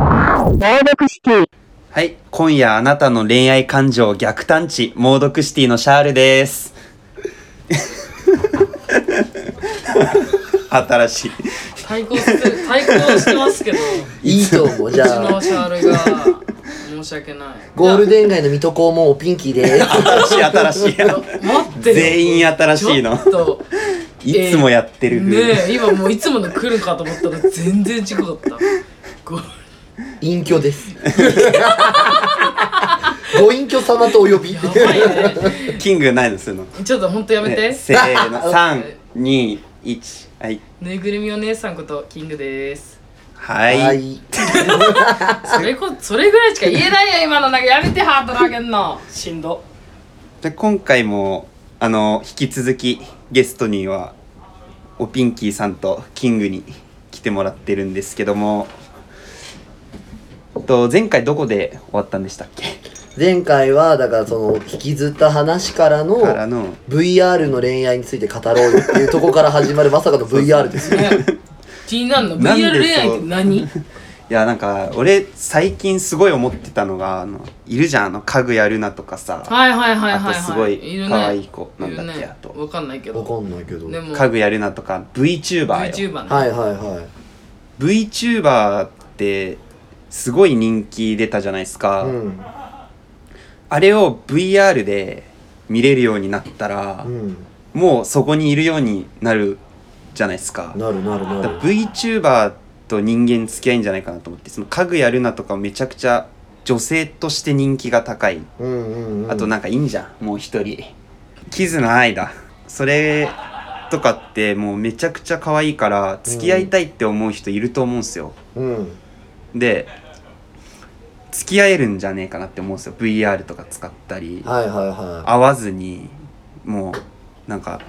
猛毒シティ。はい。今夜あなたの恋愛感情逆探知、猛毒シティのシャールです。 新しい。対抗する対抗してますけどういいと思う。じちゃのあ、シャールが申し訳ないゴールデン街の水戸黄門おピンキーです。新しい、新しいや待ってい。よ全員新しいのち。ょっといつもやってるね風。え今もういつもの来るかと思ったら全然違かったご隠居です。ご隠居様とお呼び。やばいねキングないのするの。ちょっとほんとやめて、ねせー の。三二一はい。ぬいぐるみお姉さんことキングですはい。それこそれぐらいしか言えないよ今のなんかやめてハート投げんのしんどで今回もあの引き続きゲストにはおピンキーさんとキングに来てもらってるんですけどもと前回どこで終わったんでしたっけ前回は、だからその、引きずった話からの、からの VR の恋愛について語ろうよっていうとこから始まるまさかの VR ですよ。ね気になるのなんで VR 恋愛っ て何いやなんか俺最近すごい思ってたのがあのいるじゃんあの家具やるなとかさ、はいはいはいはいはいあとすごいるね可愛い子なんるだっけねあとわかんないけわどかんないけど。ではも家具やるなとか VTuber よ VTuber ねいはいはい。 VTuber ってすごい人気出たじゃないですか、うん。あれを VR で見れるようになったら、うん。もうそこにいるようになるじゃないですかなるなるなだかるら。VTuber と人間付き合いんじゃないかなと思ってその家具やるなとかめちゃくちゃ女性として人気が高いうんうんうん。あとなんかいいんじゃんもう一人キズの愛だそれとかってもうめちゃくちゃ可愛いから付き合いたいって思う人いると思うんすよ、うん。で付き合えるんじゃねえかなって思うんですよ VR とか使ったりはいはいは会わずにもうなんか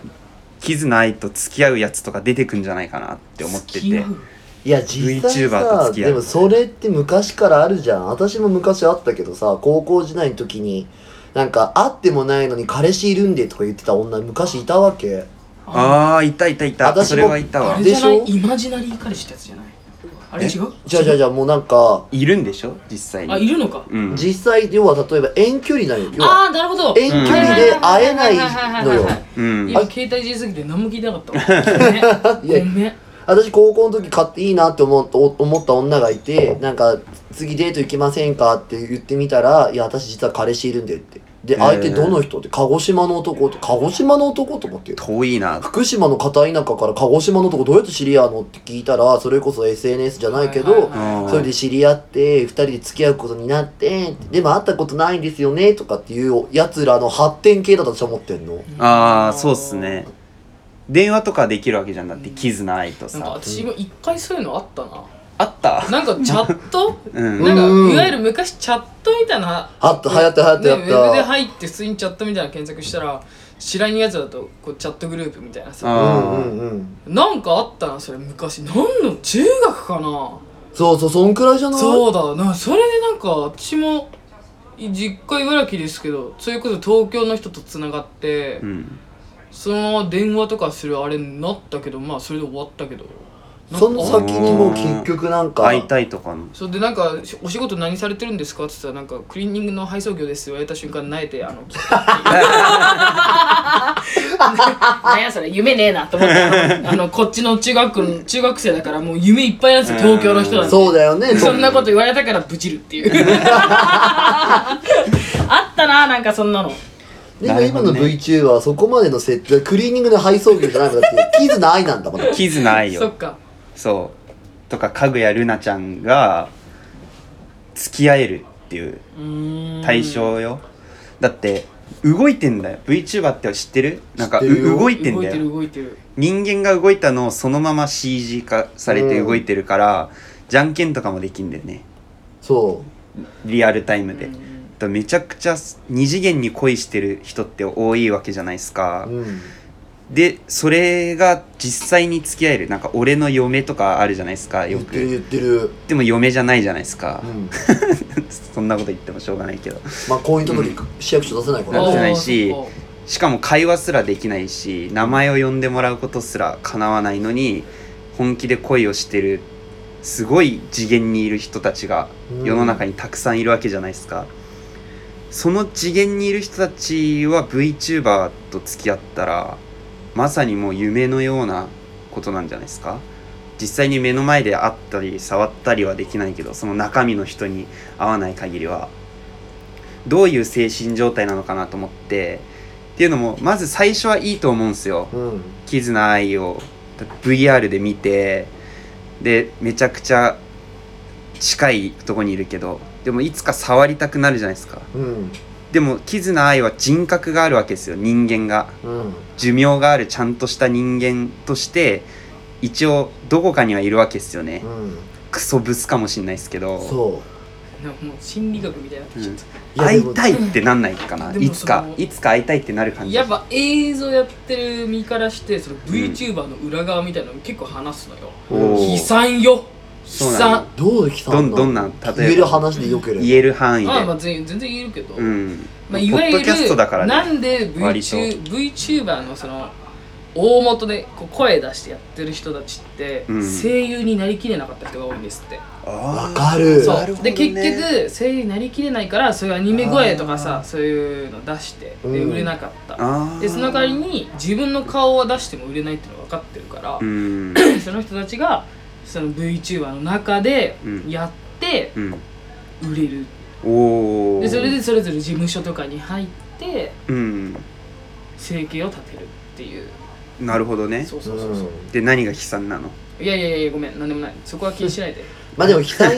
キズないと付き合うやつとか出てくんじゃないかなって思って付きて合うい。いや、実際 VTuber とさ、付き合うでもそれって昔からあるじゃん。私も昔あったけどさ、高校時代の時に、なんか、会ってもないのに彼氏いるんでとか言ってた女昔いたわけ。ああいたいたいた私もそれはいたあわれじゃないでしイマジナリー彼氏ってやつじゃないあれ違うじゃあじゃあじゃあもうなんか、いるんでしょ実際あいにるのかうん実際、要は例えば遠距離なんよ。要あはあなるほど遠距離で会えないのよ。うん今携帯自由すぎて何も聞いてな かったわごめんごめん私高校の時買っていいなって思うお思った女がいてなんか次デート行きませんかって言ってみたらいや私実は彼氏いるんでってでー相手どの人って鹿児島の男って鹿児島の男と思って遠いな福島の片田舎から鹿児島の男どうやって知り合うのって聞いたらそれこそ SNS じゃないけど、はいはいはいうんそれで知り合って2人で付き合うことになってでも会ったことないんですよねとかっていうやつらの発展系だと私は思ってんのああそうっすね電話とかできるわけじゃんだってキズの愛となんかさ私も一回そういうのあったなあったなんかチャットうんなんうんかいわゆる昔チャットみたいなあった流行った流行ったねやウった、ェブで入って普通にチャットみたいな検索したら知らんやつだとこうチャットグループみたいなさあうんうんうんなんかあったなそれ昔何の中学かなそうそうそんくらいじゃないそうだなそれでなんか私も実家茨城ですけどそれこそ東京の人とつながって、ーうんそのまま電話とかするあれになったけどまあそれで終わったけどなんかその先にもう結局なんか、会いたいとかのそれでなんか「お仕事何されてるんですか?」って言ったら「なんかクリーニングの配送業です」言われた瞬 間泣いてあの「何やそれ夢ねえな」と 思ってあのあのこっちの中学の中学生だからもう夢いっぱいなんですよ東京の人なんてそうだよね。そんなこと言われたからブチるっていう あったななんかそんなのでも今のなるほどね VTuber はそこまでの設定、クリーニングの配送業じゃないもんだって、キズの愛なんだもん。キズの愛そよっかそうとかかぐやるなちゃんが付き合えるっていううーん対象よ、だって動いてんだよ VTuber って知ってるなんか知ってるよう動いてん動いだてよる動いてる人間が動いたのをそのまま CG 化されて動いてるから、じゃんけんとかもできんだよねそリアルタイムで、うんだからめちゃくちゃ二次元に恋してる人って多いわけじゃないですかう。、うん。でそれが実際に付き合えるなんか俺の嫁とかあるじゃないですかよ言ってるく言ってる。でも嫁じゃないじゃないですかう、ん。 そんなこと言ってもしょうがないけどまあ、婚姻届市役所出せないか出せならね。いしあーそっかしかも会話すらできないし名前を呼んでもらうことすら叶わないのに本気で恋をしてるすごい次元にいる人たちがうん世の中にたくさんいるわけじゃないですか、その次元にいる人たちは VTuber と付き合ったらまさにもう夢のようなことなんじゃないですか実際に目の前で会ったり触ったりはできないけどその中身の人に会わない限りはどういう精神状態なのかなと思ってっていうのもまず最初はいいと思うんですようんキズナアイを VR で見てでめちゃくちゃ近いとこにいるけどでもいつか触りたくなるじゃないですかうんでもキズナアイは人格があるわけですよ人間がうん寿命があるちゃんとした人間として一応どこかにはいるわけですよねうんクソブスかもしんないですけど、そなんかもう心理学みたいになってうんきちゃっう会やいたいってなんないかなでもいつかそのいつか会いたいってなるた感じやっぱ映像やってる身からしてその VTuber の裏側みたいなの結構話すのよ、おおー悲惨よそ悲うなの惨どうできたどんどんなな言例ええるば話でよければ言える範囲でまあまあ全全然言えるけど、うんまあ、いわゆポッるドキャストだからねなんで割と VTu- VTuber のその大元でこう声出してやってる人たちって、うん声優になりきれなかった人が多いんですってわわかるそうなるほどでね結局声優になりきれないからそういうアニメ声とかあさそういうの出してでうん売れなかった、あーでその代わりに自分の顔は出しても売れないっていうのが分かってるからう、んその人たちがその VTuber の中でうんやってうん売れる、おおでそれでそれぞれ事務所とかに入ってうん生計を立てるっていうなるほどねそううそうそうそう、んで何が悲惨なのいやいやいやごめん何でもないそこは気にしないでまあでも悲惨 よ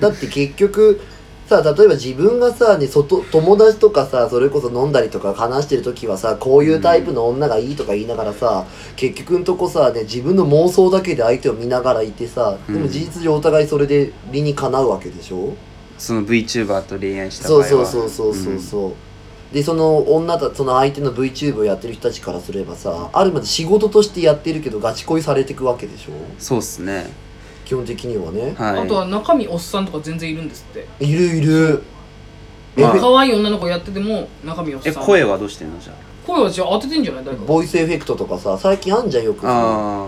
だって結局さ例えば自分がさ、ね、外友達とかさそれこそ飲んだりとか話してる時はさこういうタイプの女がいいとか言いながらさ、結局んとこさ、ね、自分の妄想だけで相手を見ながらいてさでうもん事実上お互いそれで理にかなうわけでしょ、その VTuber と恋愛した場合そうはそうそうそうそうそう、でその女たその相手の VTuber をやってる人たちからすればさあるまで仕事としてやってるけどガチ恋されてくわけでしょそうっすね基本的にはねはいあとは中身おっさんとか全然いるんですっているいるえ、まあ可愛い女の子やってても中身おっさえん声はどうしてんのじゃ声はじゃあ当ててんじゃない誰かボイスエフェクトとかさ最近あんじゃんよくさあ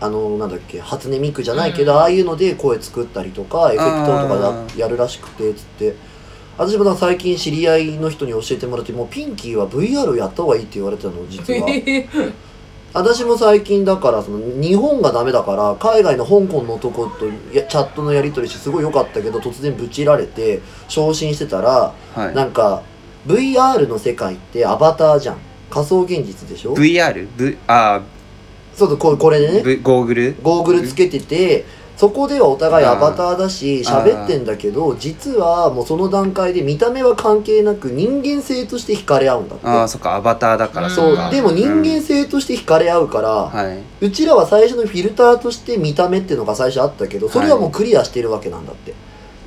ああのなんだっけ初音ミクじゃないけうどんああいうので声作ったりとかエフェクトとあかややるらしくてつって私もなんか最近知り合いの人に教えてもらってもうピンキーは VR をやった方がいいって言われてたの実 は私も最近だからその日本がダメだから海外の香港の男とやチャットのやり取りしてすごい良かったけど突然ブチられて昇進してたらーはなんか VR の世界ってアバターじゃん仮想現実でしょ、い VR? V あそうそうここれでー、ね v、ゴーグルゴーグルつけててそこではお互いアバターだしあー喋ってんだけど実はもうその段階で見た目は関係なく人間性として惹かれ合うんだってああそっかアバターだからうんそうかでも人間性として惹かれ合うから、はいうちらは最初のフィルターとして見た目っていうのが最初あったけどそれはもうクリアしてるわけなんだって、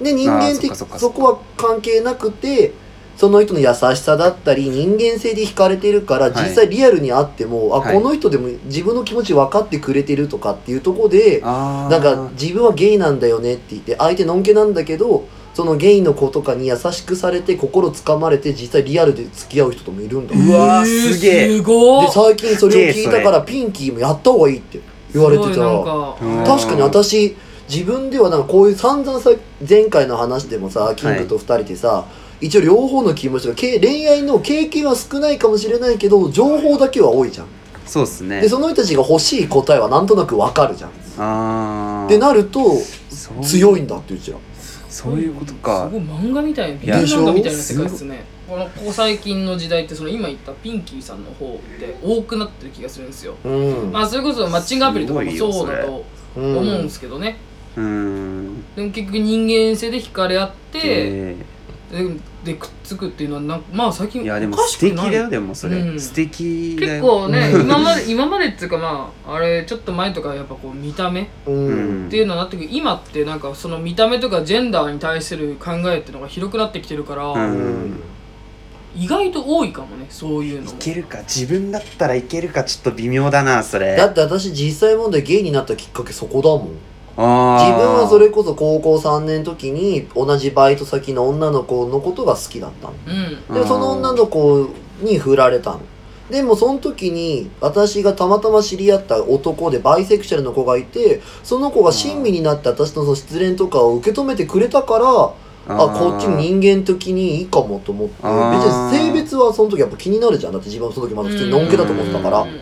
で人間的あーそっかそそっかこは関係なくてその人の優しさだったり人間性で惹かれてるかはらい実際リアルに会っても、はあいこの人でも自分の気持ち分かってくれてるとかっていうところで、ああなんか自分はゲイなんだよねって言って相手のんけなんだけどそのゲイの子とかに優しくされて心つかまれて実際リアルで付き合う人ともいるんだうわーえーすげえ すごでー最近それを聞いたからピンキーもやった方がいいって言われてすごいなんたかうん確かに私自分ではなんかこういう散々さ前回の話でもさキングと2人でさ、一応両方の気持ちがけ恋愛の経験は少ないかもしれないけど情報だけは多いじゃんそうっすねでその人たちが欲しい答えはなんとなくわかるじゃんああってなるとそう強いんだってうちらそういうことかすごい漫画みたいなビデオでしょ漫画みたいな世界ですねこのここ最近の時代ってその今言ったピンキーさんの方って多くなってる気がするんですようん、まあそれこそマッチングアプリとかもそうだすごとう思うんんですけどねうーんでも結局人間性で惹かれ合って、えででくっつくっていうのはなんかまあ最ー近いやでもおかし素く敵ないだよでもそれ、うん素敵だ結よ構ね、うん今まで今までっていうかまああれちょっと前とかやっぱこう見た目っうん、うんていうのになってくる、今ってなんかその見た目とかジェンダーに対する考えっていうのが広くなってきてるから、ううんん意外と多いかもねそういうのいもけるか自分だったらいけるかちょっと微妙だなそれだって私実際問題ゲイになったきっかけそこだもんあー自分はそれこそ高校3年の時に同じバイト先の女の子のことが好きだったのうんでその女の子に振られたのでもその時に私がたまたま知り合った男でバイセクシャルの子がいてその子が親身になって私のその失恋とかを受け止めてくれたからあーこっちに人間的にいいかもと思って別あーに性別はその時やっぱ気になるじゃんだって自分はその時まだ普通にのんけだと思ってたから、うんうんうん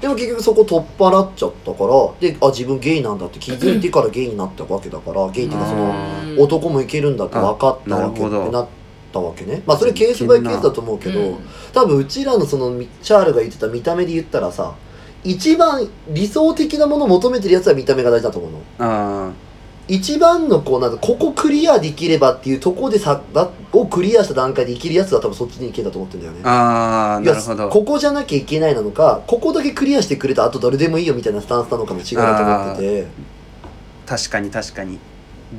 でも結局そこ取っ払っちゃったからであ自分ゲイなんだって気づいてからゲイになったわけだからゲイっていうかそのあうん男もいけるんだって分かったわけあなるほどってなったわけねまあそれケースバイケースだと思うけど、うん多分うちらのそのみチャールが言ってた見た目で言ったらさ一番理想的なものを求めてるやつは見た目が大事だと思うのあ一番のこうなんかここクリアできればっていうところでさだをクリアした段階でいけるやつは多分そっちに行けたと思ってんだよねーあーいやなるほどここじゃなきゃいけないなのかここだけクリアしてくれたあと誰でもいいよみたいなスタンスなのかも違うなと思ってて確かに確かに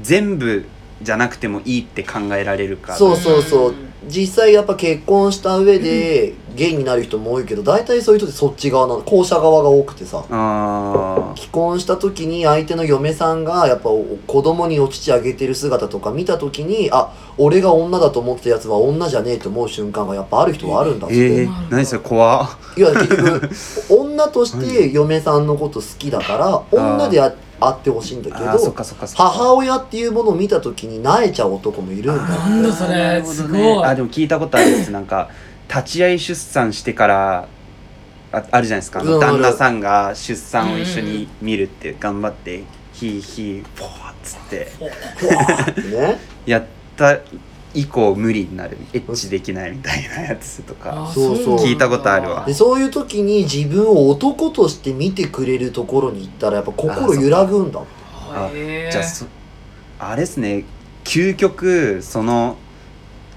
全部じゃなくてもいいって考えられるからそうそうそううん実際やっぱ結婚した上でゲイになる人も多いけど大体そういう人ってそっち側なの後者側が多くてさあ既婚した時に相手の嫁さんがやっぱお子供にお乳あげてる姿とか見た時にあ俺が女だと思ってたやつは女じゃねえと思う瞬間がやっぱある人はあるんだあって、えー、何それ怖っいや結 局女として嫁さんのこと好きだから女でああってほしいんだけあーそっどかそっかそっか母親っていうものを見た時に萎えちゃう男もいるんだあーなんだそれなるほどねすごいあでも聞いたことあるやつなんか立ち会い出産してからああるじゃないですか、あのうんあ旦る那さんが出産を一緒に見るって頑張ってヒーヒーポーっつってってねやった以降無理になるエッチできないみたいなやつとかあそうそなうんだ聞いたことあるわでそういう時に自分を男として見てくれるところに行ったらやっぱ心揺らぐんだってへーじゃあそあれですね究極その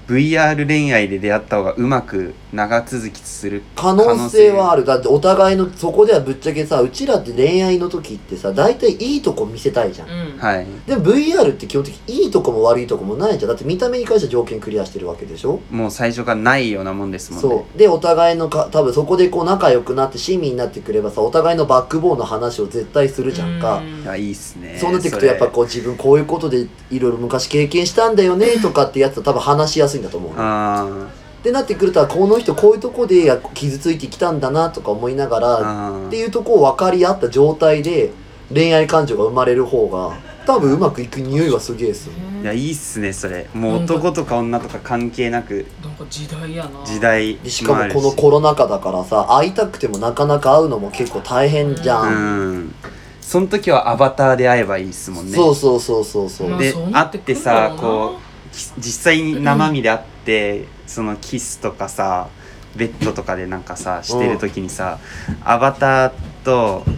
VR 恋愛で出会った方がうまく長続きする可能性はあるだってお互いのそこではぶっちゃけさうちらって恋愛の時ってさ大体いいとこ見せたいじゃん、うんはいでも VR って基本的にいいとこも悪いとこもないじゃんだって見た目に関しては条件クリアしてるわけでしょもう最初からないようなもんですもんねそうでお互いのか多分そこでこう仲良くなって親身になってくればさお互いのバックボーンの話を絶対するじゃんか、うんいやいいっすねそうなっていくとやっぱこう自分こういうことでいろいろ昔経験したんだよねとかってやつは多分話しやすいんだと思うそれのあってなってくるとこの人こういうとこでや傷ついてきたんだなとか思いながーらあーっていうとこを分かり合った状態で恋愛感情が生まれる方が多分うまくいく匂いはすげえですよいやいいっすねそれもう男とか女とか関係なくなんか時代やな時代でしかもこの子コロナ禍だからさ会いたくてもなかなか会うのも結構大変じゃ、うんんその時はアバターで会えばいいっすもんねそうそうそうそうそう、まあでそうなってくるんだろうな会ってさこき実際に生身で会って、そのキスとかさベッドとかでなんかさしてる時にさ、アバターと普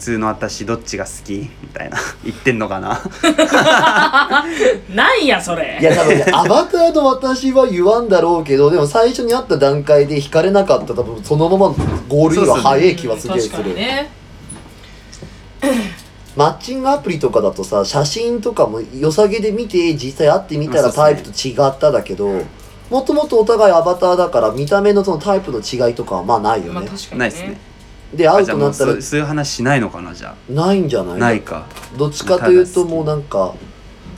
通の私どっちが好きみたいな 言ってんのかななんやそれいや多分ね アバターの私は言わんだろうけどでも最初に会った段階で惹かれなかったら多分そのままゴールインは早い気はすげえす確かる、にねマッチングアプリとかだとさ写真とかも良さげで見て実際会ってみたあらそうタっイすねプと違っただけど、もともとお互いアバターだから見た目のそのタイプの違いとかはまあないよまあね、確かにないっすねであ会うじゃあともなうったそらうそういう話しないのかなじゃないんじゃあないないかどっちかというともうなんか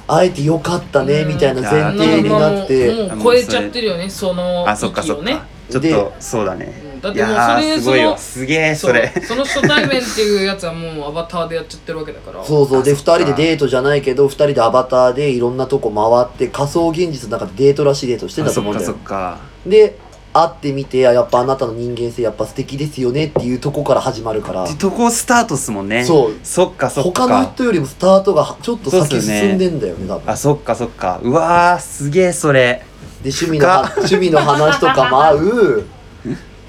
会えてよかったねみたいな前提になって、もうもう超えちゃってるよねそのあそっか域そをっねかちょっとそうだねうんだっいてもうやそーれすごいそわのすげえそれうその初対面っていうやつはもうアバターでやっちゃってるわけだからそうそうであ2そっか人でデートじゃないけど2人でアバターでいろんなとこ回って仮想現実の中でデートらしいデートしてんあだとそ思っうかんだそよっかで会ってみてあやっぱあなたの人間性やっぱ素敵ですよねっていうとこから始まるからってとこスタートっすもんねそうそっかそっか他の人よりもスタートがちょっとそう先っすよね進んでんだよね多分あそっかそっかうわーすげえそれ で趣味のは趣味の話とかも 合うっ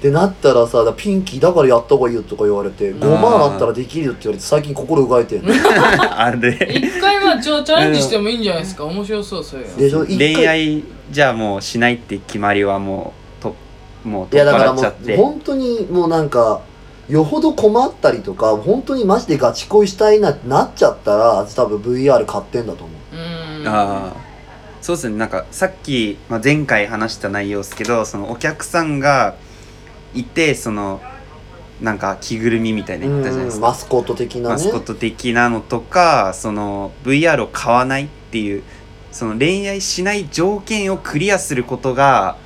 てなったらさピンキーだからやった方がいいよとか言われて5万あったらできるよって言われて最近心動いてんのあれ一回はちょチャレンジしてもいいんじゃないですか面白そうそういうのでしょ一回恋愛じゃあもうしないって決まりはもうともうい取やっだから払っもちゃっうて本当にもうなんかよほど困ったりとか本当にマジでガチ恋したいなってなっちゃったら多分 VR 買ってんだと思ううんああそうですねなんかさっき、まあ、前回話した内容ですけどそのお客さんがいてそのなんか着ぐるみみたいなの言ったじゃないでうすんかマスコット的なねマスコット的なのとかその VR を買わないっていうその恋愛しない条件をクリアすることが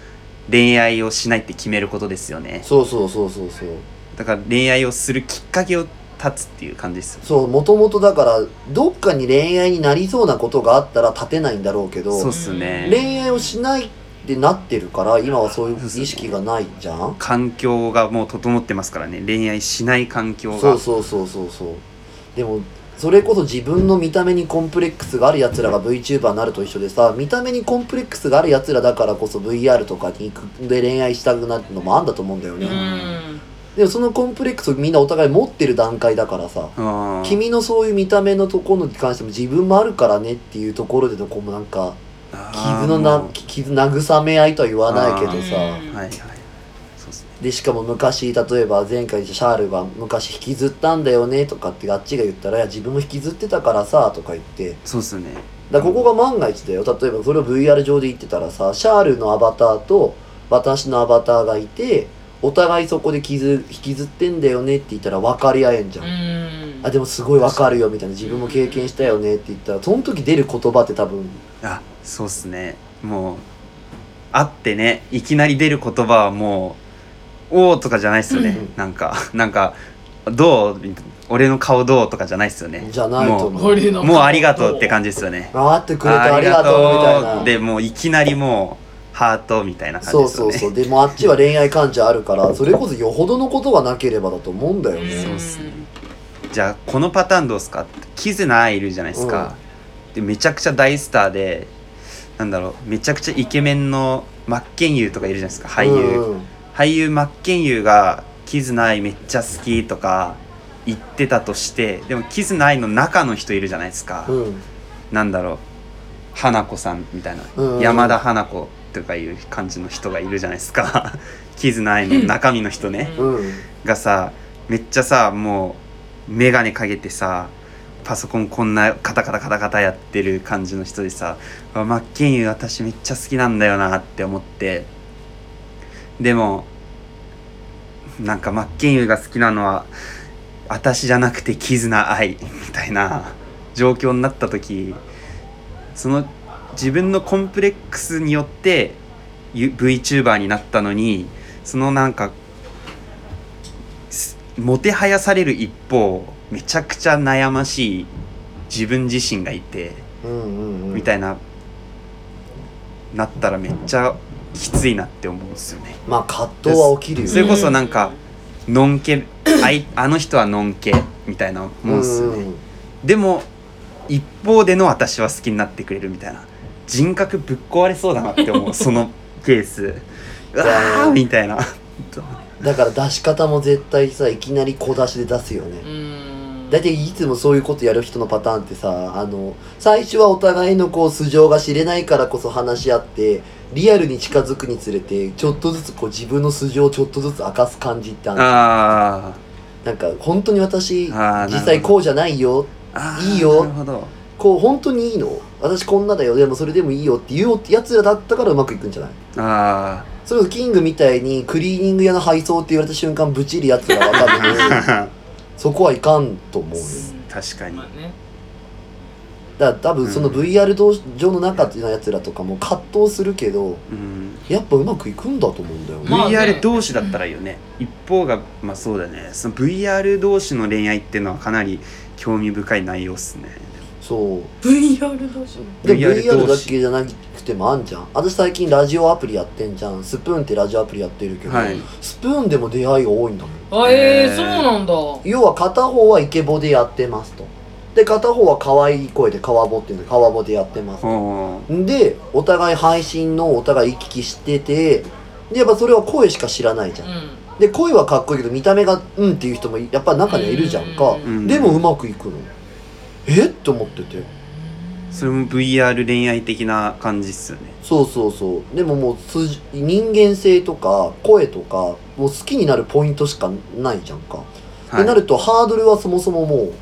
恋愛をしないって決めることですよねそうそうそうそうそうだから恋愛をするきっかけを断つっていう感じですよそうもともとだからどっかに恋愛になりそうなことがあったら立てないんだろうけどそうっすね恋愛をしないってなってるから今はそういう意識がないじゃん環境がもう整ってますからね恋愛しない環境がそうそうそうそうそうでもそれこそ自分の見た目にコンプレックスがあるやつらが VTuber になると一緒でさ見た目にコンプレックスがあるやつらだからこそ VR とかに行くで恋愛したくなるのもあんだと思うんだようね、んでもそのコンプレックスをみんなお互い持ってる段階だからさあー君のそういう見た目のところに関しても自分もあるからねっていうところでのこうもなんかあー傷のなもう傷慰め合いとは言わないけどあさーはいはいそうっすねでしかも昔例えば前回シャールが昔引きずったんだよねとかってあっちが言ったら「いや自分も引きずってたからさ」とか言ってそうっすねだからここが万が一だよ例えばそれを VR 上で言ってたらさシャールのアバターと私のアバターがいてお互いそこで傷引きずってんだよねって言ったら分かり合えんじゃんう、んあでもすごい分かるよみたいな自分も経験したよねって言ったらその時出る言葉って多分あそうっすねもう会ってねいきなり出る言葉はもう「おお」とかじゃないっすよね、うんなんかなんか「どう?」俺の顔どうとかじゃないっすよねじゃないと思う俺のもうありがとうって感じですよね回ってくれてありがとうみたいなでもういきなりもうハートみたいな感じそでうすそようねそうでもあっちは恋愛感情あるからそれこそよほどのことがなければだと思うんだうよんねそうっすねじゃあこのパターンどうすかキズナアイいるじゃないですか、でめちゃくちゃ大スターでなんだろうめちゃくちゃイケメンの真剣佑とかいるじゃないですか俳優、うん俳優真剣佑が「キズナアイめっちゃ好き」とか言ってたとしてでもキズナアイの中の人いるじゃないですか、うんなんだろう花子さんみたいな、うん山田花子とかいう感じの人がいるじゃないですか キズナアイの中身の人ね、うんがさめっちゃさもう眼鏡かけてさパソコンこんなカタカタカタカタやってる感じの人でさ「あマッケンユー私めっちゃ好きなんだよな」って思ってでもなんかマッケンユーが好きなのは私じゃなくてキズナ愛みたいな状況になった時その自分のコンプレックスによってゆ VTuber になったのにそのなんかすもてはやされる一方めちゃくちゃ悩ましい自分自身がいてうんうんうんみたいななったらめっちゃきついなって思うんですよね。まあ葛藤は起きるよそれねこそなんかのん けあいあの人はのんけみたいなもんですよね。うんでも一方での私は好きになってくれるみたいな人格ぶっ壊れそうだなって思 うそのケースうわーみたいなだから出し方も絶対さいきなり小出しで出すよねうん大体いつもそういうことやる人のパターンってさあの最初はお互いのこう素性が知れないからこそ話し合ってリアルに近づくにつれてちょっとずつこう自分の素性をちょっとずつ明かす感じってあるあなんか本当に私あーなるほど実際こうじゃないよーあーいいよなるほどこう本当にいいの私こんなだよでもそれでもいいよって言おうってやつらだったからうまくいくんじゃないあそれこそキングみたいにクリーニング屋の配送って言われた瞬間ブチるやつらは多 分あそこはいかんと思うよ 確かにまあねだから多分その VR 道場の中っていうようなやつらとかも葛藤するけどうんやっぱうまくいくんだと思うんだよね、まあね VR 同士だったらいいよね一方がまあそうだねその VR 同士の恋愛っていうのはかなり興味深い内容っすねそう VR 同士で VR VR 同だ士けじゃなくてもあんじゃん私最近ラジオアプリやってんじゃんスプーンってラジオアプリやってるけど、はいスプーンでも出会いが多いんだもんあええーー、そうなんだ要は片方はイケボでやってますとで片方は可愛い声で川ボっていうの川ボでやってますほでお互い配信のお互い行き来しててでやっぱそれは声しか知らないじゃんうで声はかっこいいけど見た目がうんっていう人もやっぱ中にはいるじゃんかうう、うん、でもうまくいくのえっと思っててそれも VR 恋愛的な感じっすよねそうそうそうでももう通じ人間性とか声とかもう好きになるポイントしかないじゃんかってなるとハードルはそもそももう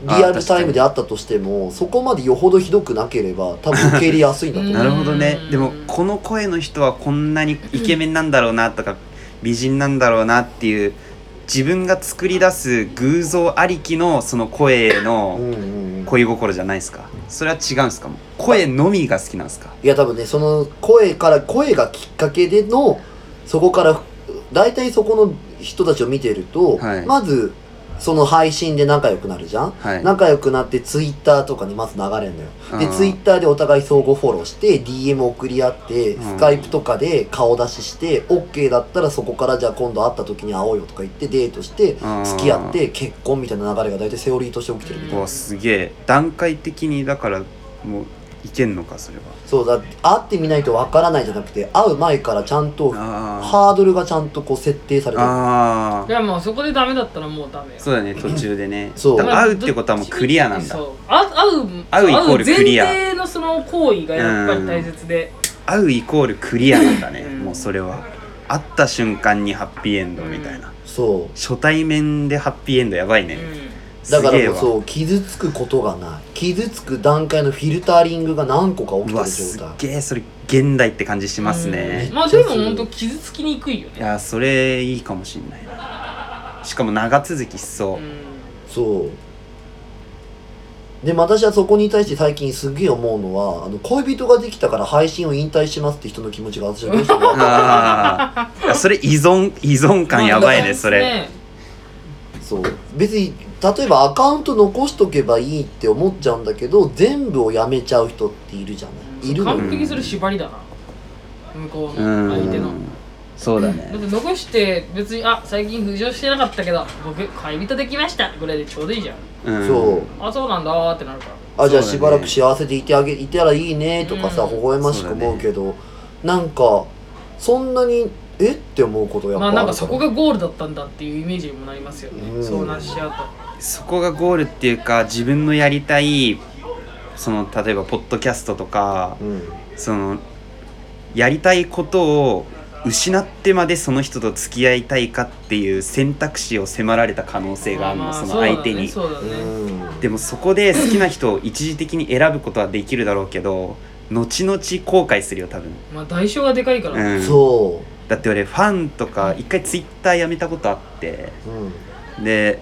リあアルタイムであったとしてもそこまでよほどひどくなければ多分受け入れやすいんだとうん思なるほどねうんでもこの声の人はこんなにイケメンなんだろうなとか美人なんだろうなっていう自分が作り出す偶像ありきのその声う。うのんうんうん恋心じゃないですかそれは違うんですかもう声のみが好きなんですかいや多分ねその声から声がきっかけでのそこから大体そこの人たちを見てると、はいまずその配信で仲良くなるじゃん、はい仲良くなってツイッターとかにまず流れるのよでうんツイッターでお互い相互フォローして DM 送り合ってうんスカイプとかで顔出しして OK だったらそこからじゃあ今度会った時に会おうよとか言ってデートしてうん付き合って結婚みたいな流れが大体セオリーとして起きてるみたいなうわすげえ段階的にだからもういけんのかそれはそうだって会ってみないとわからないじゃなくて会う前からちゃんとあハードルがちゃんとこう設定さーれてるあいーやもうそこでダメだったらもうダメよそうだね途中でねそうだから会うってことはもうクリアなんだそうあ会会ううイコールクリア会う前提のその行為がやっぱり大切で会うイコールクリアなんだね、うんもうそれは会った瞬間にハッピーエンドみたいな、そ初対面でハッピーエンドやばいね、うだかすげえらこわそ傷つくことがない傷つく段階のフィルタリングが何個か起うわきすてる状態っげえそれ現代って感じしいますね、まあでも本当傷つきにくいよいねやーそれいいかもしんないなしかも長続きしそう、うそうでも私はそこに対して最近すげえ思うのはあの恋人ができたから配信を引退しますって人の気持ちが私はどうし ても分かるああそれ依存依存ん感やばいねそれねそう別に例えばアカウント残しとけばいいって思っちゃうんだけど全部をやめちゃう人っているじゃないいるのよ完璧する縛りだな向こううのん相手のそうだだっねて残して別にあ最近浮上してなかったけど僕恋人できましたぐらいでちょうどいいじゃんうんそうあそうなんだーってなるからあじゃあそうだねしばらく幸せでいてあげいたらいいねとかさ、うん微笑ましく思うけどなんかそんなにえって思うことやっまぱああるならんかそこがゴールだったんだっていうイメージにもなりますよね、うんそうなしちゃうそこがゴールっていうか自分のやりたいその例えばポッドキャストとかうんそのやりたいことを失ってまでその人と付き合いたいかっていう選択肢を迫られた可能と性があるまのあその相手にそうだねそうだね、うんでもそこで好きな人を一時的に選ぶことはできるだろうけど後々後悔するよ多分、まあ代償がでかいから、うん、そだって俺ファンとか一回ツイッターやめたことあってう、うん、で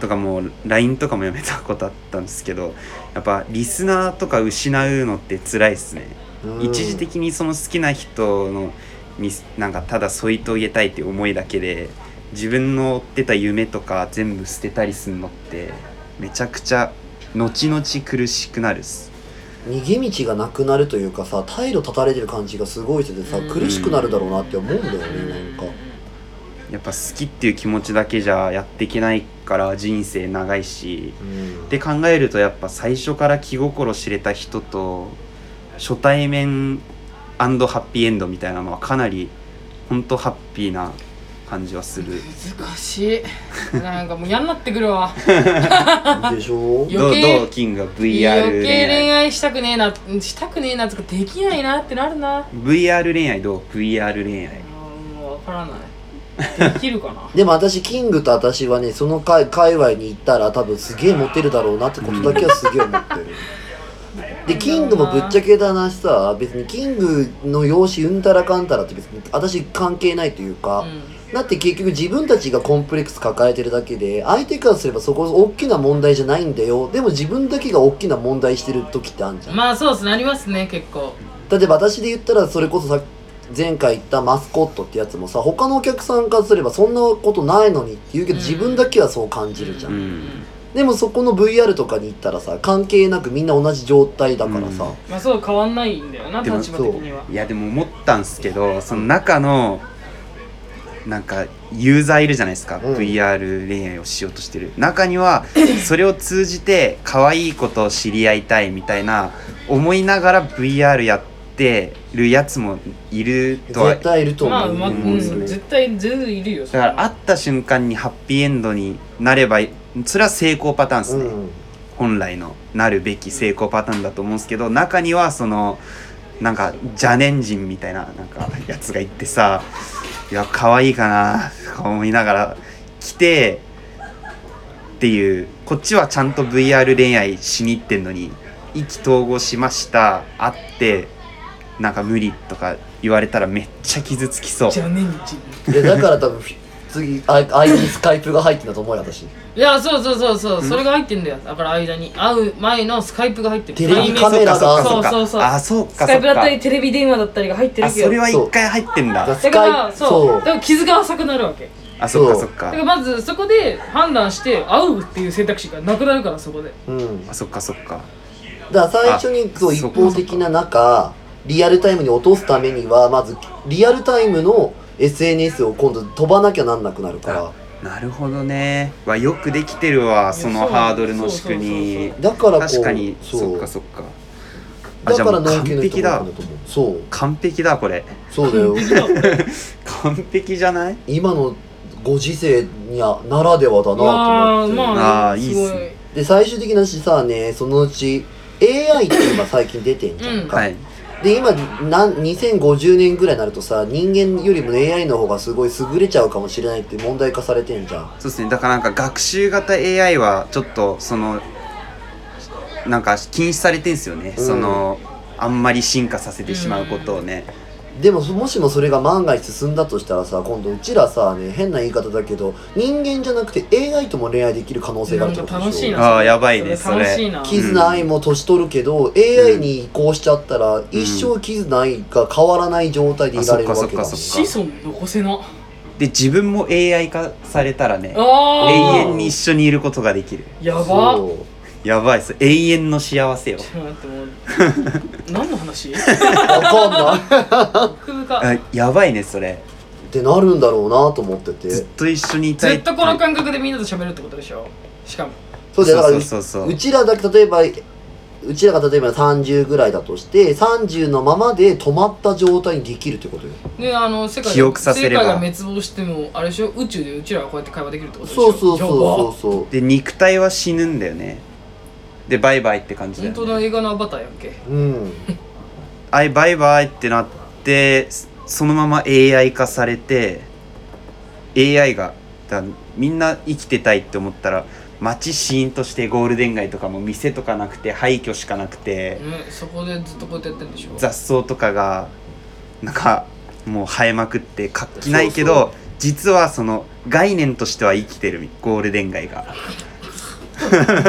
とかもう LINE とかもやめたことあったんですけどやっぱリスナーとか失うのって辛いっすね、うん一時的にその好きな人のになんかただ添い遂げたいっていう思いだけで自分の追ってた夢とか全部捨てたりするのってめちゃくちゃ後々苦しくなるっす逃げ道がなくなるというかさ退路立たれてる感じがすごいしててさうん苦しくなるだろうなって思うんだよねなんかやっぱ好きっていう気持ちだけじゃやっていけないから人生長いしうんって考えるとやっぱ最初から気心知れた人と初対面ハッピーエンドみたいなのはかなり本当ハッピーな感じはする難しいなんかもう嫌になってくるわでしょよどう余計どうキングは VR 余恋計恋愛愛したくねえなしたくねえなとかできないなってなるな VR 恋愛どう VR 恋愛もうわからないできるかなでも私キングと私はねその界界隈に行ったら多分すげえモテるだろうなってことだけはすげえ思ってる、でキングもぶっちゃけた話さ別にキングの容姿うんたらかんたらって別に私関係ないというか、うだって結局自分たちがコンプレックス抱えてるだけで相手からすればそこ大きな問題じゃないんだよでも自分だけが大きな問題してる時ってあるじゃんんまあそうですねありますね結構例えば私で言ったらそれこそさ前回言ったマスコットってやつもさ他のお客さんからすればそんなことないのにって言うけどうん自分だけはそう感じるじゃ、うんんでもそこの VR とかに行ったらさ関係なくみんな同じ状態だからさ、うんまあそう変わんないんだよなでも立場的にはいやでも思ったんすけどその中のなんかユーザーいるじゃないですか、うん VR 恋愛をしようとしてる中に はそれを通じて可愛いことを知り合いたいみたいな思いながら VR やってるやつもいるとは絶対いると思う、まあうまく、うんんですよね絶対全然いるよだから会った瞬間にハッピーエンドになればいそれは成功パターンですうね、ん本来のなるべき成功パターンだと思うんですけど中にはそのなんか邪念人みたいななんかやつがいてさいや可愛いかなとか思いながら来てっていうこっちはちゃんと VR 恋愛しに行ってんのに意気投合しました会ってなんか無理とか言われたらめっちゃ傷つきそうじゃあねんちでだから多分フィ 次あ間にスカイプが入ってんだと思うよ私いやそうそうそうそう、それが入ってんだよだから間に会う前のスカイプが入ってるテレビカメラがそうかそうそうそうあそうかスそうかカイプだったりテレビ電話だったりが入ってあるけどそれは一回入ってんだだからそうだから傷が浅くなるわけあそっかそうそっかだからまずそこで判断して会うっていう選択肢がなくなるからそ こでうんあそっかそっかだから最初にそう一そっか方的な中リアルタイムに落とすためにはまずリアルタイムの SNS を今度飛ばなきゃなんなくなるからなるほどねわよくできてるわそいやのそうなのハードルの仕組みだからこう確かにそそっうかそっかあだからじゃあもう農協完の人璧も多だくなると思うそう完璧だこれそうだよ 完璧じゃない今のご時世にゃならではだなとまあ思って、まああーいいっごすねで最終的なしさねそのうち AI って今最近出てんじゃんか、はいで今なん2050年ぐらいになるとさ人間よりも AI の方がすごい優れちゃうかもしれないって問題化されてんじゃんそうですねだからなんか学習型 AI はちょっとそのなんか禁止されてんすよね、うんそのあんまり進化させてしまうことをね、でもそもしもそれが万が一進んだとしたらさ今度うちらさね変な言い方だけど人間じゃなくて AI とも恋愛できる可能性があるってことなんか楽しいなああやばいねそそれれ楽しいな絆愛も年取るけど、AI に移行しちゃったら、一生絆愛が変わらない状態でいられるわけだあそっかそっかそっか子孫残せなで自分も AI 化されたらねあ永ー遠に一緒にいることができるやばちょそうやばいっす永遠の幸せよっと待ってもう何 の話わかんないっ奥深あやばいねそれてなるんだろうなと思っててずっと一緒にいたずいっとこの感覚でみんなと喋るってことでしょしかもそうだよだからそううそうそううちらだけ例えばうちらが例えば30ぐらいだとして30のままで止まった状態にできるってことよであの世界記憶させれば世界が滅亡してもあれでしょ宇宙でうちらはこうやって会話できるってことでしそょうそうそうそうそで肉体は死ぬんだよねでバイバイって感じだ本よ、ね、当の映画のアバターやんけううんはいバイバイってなってそそのまま AI 化されて AI がだみんな生きてたいって思ったら街シーンとしてゴールデン街とかも店とかなくて廃墟しかなくてねそこでずっとこうやってやってるんでしょ雑草とかがなんかもう生えまくって活気ないけどそう実はその概念としては生きてるゴールデン街が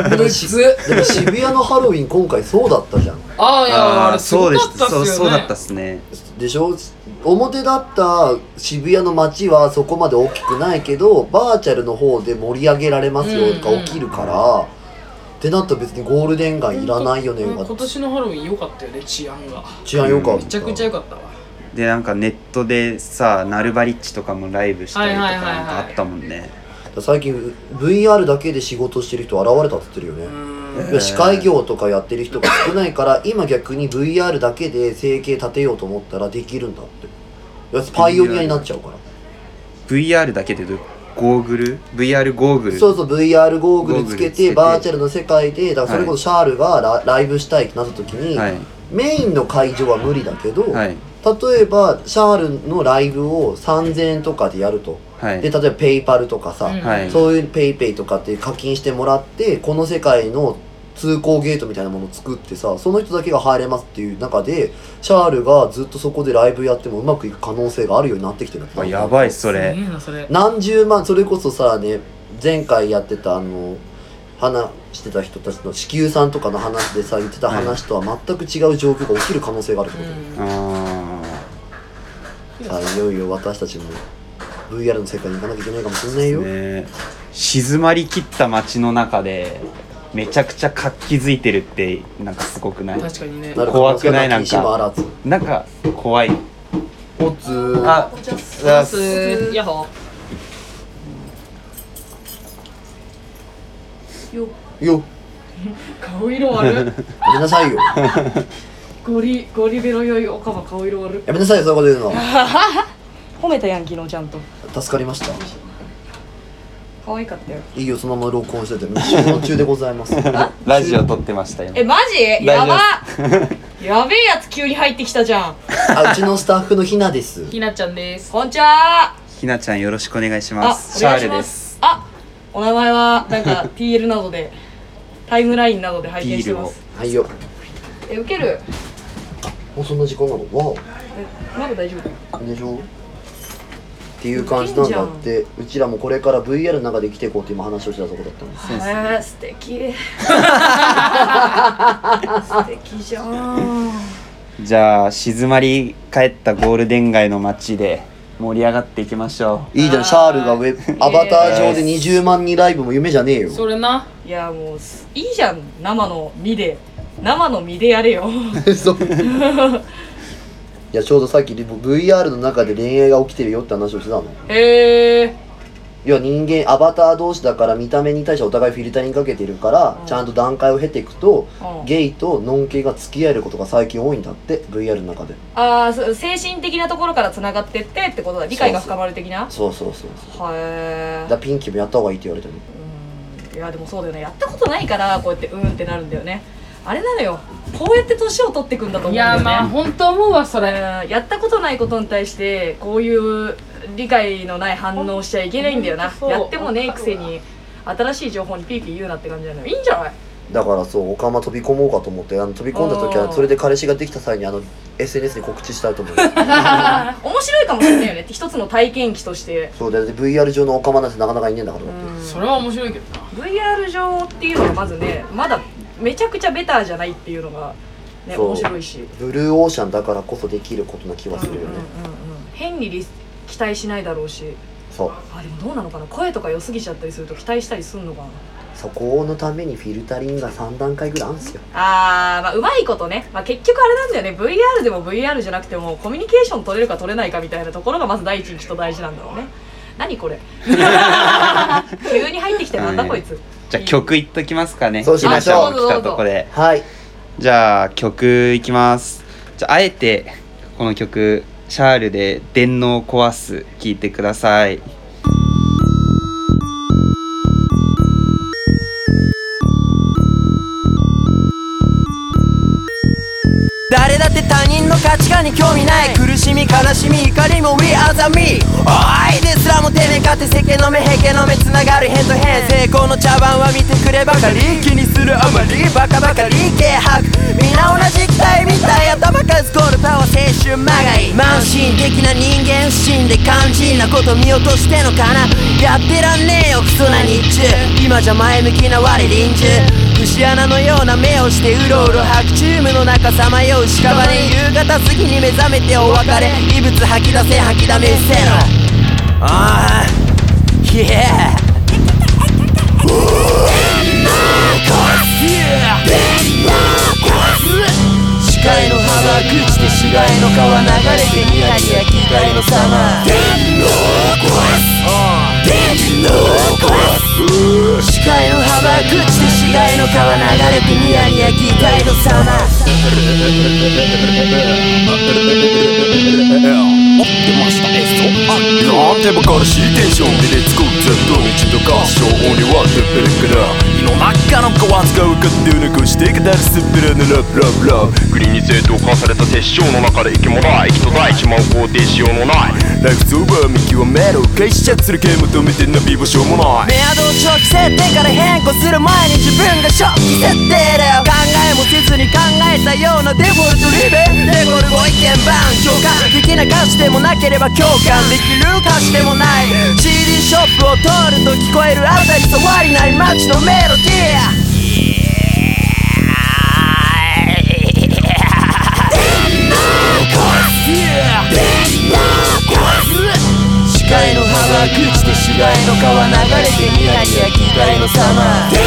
でもしずでも渋谷のハロウィン今回そうだったじゃんああいやあれすそごうかでっしたっすそうよねそうだったっすねでしょ表だった渋谷の街はそこまで大きくないけどバーチャルの方で盛り上げられますよとうんうかん起きるから、ってなったら別にゴールデン街いらないよね今年のハロウィン良かったよね治安が治安よかっめたちゃくちゃ良かったわでなんかネットでさナルバリッチとかもライブしたりとかはいはいはいはないんかあったもんね最近 VR だけで仕事してる人現れたって言ってるうよね、ーんいや司会業とかやってる人が少ないから今逆に VR だけで生計立てようと思ったらできるんだっていやパイオニアになっちゃうから VR だけでどうゴーグル VR ゴーグルそうそう VR ゴーグルつゴーグけルつけててバーチャルの世界でだからそれこそシャールがラ,、ライブしたいってなった時に、はいメインの会場は無理だけど、はい例えばシャールのライブを3000円とかでやると、はでい例えばペイパルとかさ、うんはいそういうペイペイとかって課金してもらってこの世界の通行ゲートみたいなものを作ってさその人だけが入れますっていう中でシャールがずっとそこでライブやってもうまくいく可能性があるようになってきてるあやばいそすれげえなそれ何十万それこそさね前回やってたあの話してた人たちの子宮さんとかの話でさ言ってた話とは全く違う状況が起きる可能性があるってうこと、んあさあいよいよ私たちも VR の世界に行かなきゃいけないかもしれないーよ、ね静まりきった街の中でめちゃくちゃ活気づいてるってなんかすごくない確かにねなる怖くない可能性が禁止もあらずなんか怖いおつーあそうあっすヤッホーよ顔 色悪いやめなさいよゴリゴリベロ酔いおかば顔色悪いやめなさいそういうこと言うの褒めたやん昨日ちゃんと助かりました可愛かったよいいよそのまま録音してて収録中でございますラジオ撮ってましたよえマジや ば大やべえやつ急に入ってきたじゃんあうちのスタッフのひなですひなちゃんですこんにちはひなちゃんよろしくお願いしまあすおシャ願ーいしルでますすあお名前はなんか TL などで タイムラインなどで拝見してますはいよえ受けるもうそんな時間なのわえまだ大丈夫あでしょっていう感じなんだってうちらもこれから VR の中で生きていこうって今話をしてたとこだったんですそうですねえー、素 敵素敵じゃんじゃあ静まり返ったゴールデン街の街で盛り上がっていきましょういいじゃんシャールがウェブアバター上で20万人ライブも夢じゃねえよそれないやもうすいいじゃん生の身で生の身でや れよそういやちょうどさっきリボ VR の中で恋愛が起きてるよって話をしてたのへえ要は人間アバター同士だから見た目に対してお互いフィルタリングかけてるから、うんちゃんと段階を経ていくと、うんゲイとノン系が付き合えることが最近多いんだって VR の中でああ精神的なところからつながってってってことだ理解が深まる的なそうそうそうそうはえだからピンキーもやった方がいいって言われてるうんいやでもそうだよねやったことないからこうやってうーんってなるんだよねあれなのよこうやって年を取ってくんだと思うんいだよやねまあ本当思うわそれうんやったことないことに対してこういう理解のない反応しちゃいけないんだよなほんとそうやってもねえくせに新しい情報にピーピー言うなって感じなのよいいんじゃないだからそうオカマ飛び込もうかと思ってあの飛び込んだ時うはんそれで彼氏ができた際にあの SNS に告知したいと 思う面白いかもしれないよねって一つの体験記としてそうだよね VR 上のオカマなんてなかなかいねえんだからだって、それは面白いけどな VR 上っていうのがまずねまだめちゃくちゃベターじゃないっていうのがねそう面白いしブルーオーシャンだからこそできることな気はするよね、変にリス期待しないだろうしそうあでもどうなのかな声とか良すぎちゃったりすると期待したりすんのかなそこのためにフィルタリングが3段階ぐらいあるんすよあー、まあうまいことね、まあ、結局あれなんだよね VR でも VR じゃなくてもコミュニケーション取れるか取れないかみたいなところがまず第一にきっと大事なんだろうね何 これ急に入ってきてなんだこいつじゃあ曲いっときますかねそうしましょひなうちゃんも来たとこではいじゃあ曲いきますじゃああえてこの曲シャールで「電脳を壊す」聴いてください誰だって他人の価値観に興味ない苦しみ悲しみ怒りも We are the me おいですらもてめかって世間の目平家の目つながる変と変成功の茶番は見てくればかり気にするあまりバカバカり軽薄皆同じ期待みたい頭数コールパワー青春まがい慢心的な人間不信で肝心なこと見落としてのかなやってらんねえよクソな日中今じゃ前向きな我臨終節穴のような目をしてうろうろ白チームの中さまよう屍夕方過ぎに目覚めてお別れ異物吐き出せ吐きだめうっせえなああ Yeah 視界の幅は朽ちて死骸の川流れてニヤニヤ機械の様視界の幅は朽ちて死骸の川流れてニヤニヤ機械の様持ってましたエストアッガー手ばからしいテンションでレッツゴーゼロ一度合唱にはてっぺるから胃の中の皮使うかって抜くしてくだるすっぺらぬラブラブラブ国に正当化された殺生の中で生きもらい人だいちまう方程しようのないライフズオーバー見極めろ返しちゃつる系求めてんなビーボしょうもないメアドを長期設定から変更する前に自分が初期設定だよ考えもせずに考えたようなデフォルトリベンデフォルご意見番共感的な歌詞でもなければ共感できる歌詞でもない CD ショップを通ると聞こえるあたり触りない街のメロディー視界の幅朽ちて死骸の川流れてニヤニヤ機械の様視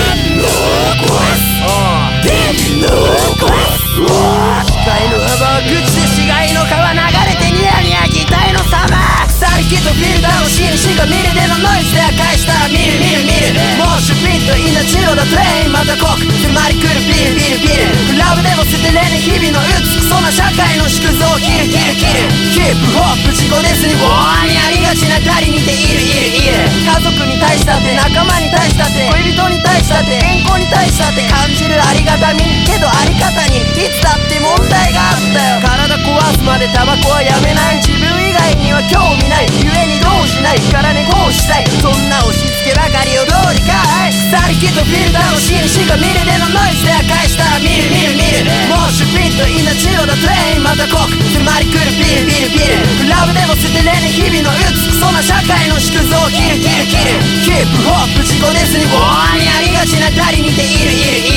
界の幅は朽ちて死骸の川流れてニヤニヤ機体の様腐りきとフィルターを死に死が見るでのノイズで破壊した見る見る見るもうシュピッとイナチロだトレインまたコク迫り来るビルビルビルラブでも捨てれぬ日々の鬱くそな社会の縮図を切る切る切るヒップホップ自己ですにボーにありがちな狩りにているいるいる家族に対したって仲間に対したって恋人に対したって健康に対したって感じるありがたみけどあり方にいつだって問題があったよ体壊すまでタバコはやめない自分以外には興味ない故にどうしないからねこうしたいそんな押し付けばかりをどうにかい腐りきっとフィルターのしにしか見れねえのノイズで返したら見る見る見るもうシュピンと稲次郎だトレインまた濃く迫り来るビルビルビルクラブでも捨てれねえ日々の鬱つくそな社会の縮図を切る切る切るヒップホップ自己ですにボーにありがちなりにている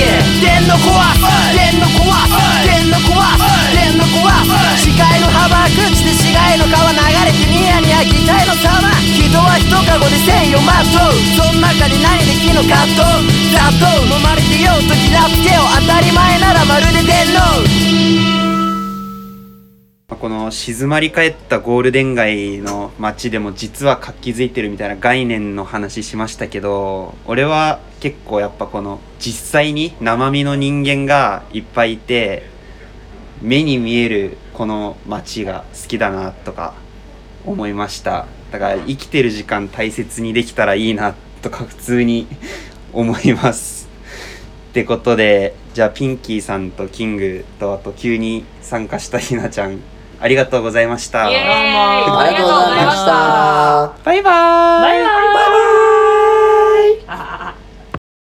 いるいる天の壊す天の壊す天の壊す天の壊す視界の幅は朽ちて市街の川流れてニヤニヤ期待の様人は一かごで千をまとうその中で何できの葛藤雑踏飲まれてようときラつけを当たり前ならまるで電脳まあこの静まり返ったゴールデン街の街でも実は活気づいてるみたいな概念の話しましたけど俺は結構やっぱこの実際に生身の人間がいっぱいいて目に見えるこの街が好きだなとか思いましただから生きてる時間大切にできたらいいなとか普通に思いますってことでじゃあピンキーさんとキングとあと急に参加したひなちゃんありがとうございましたイエーイどうもありがとうございました。バイバーイバイバイ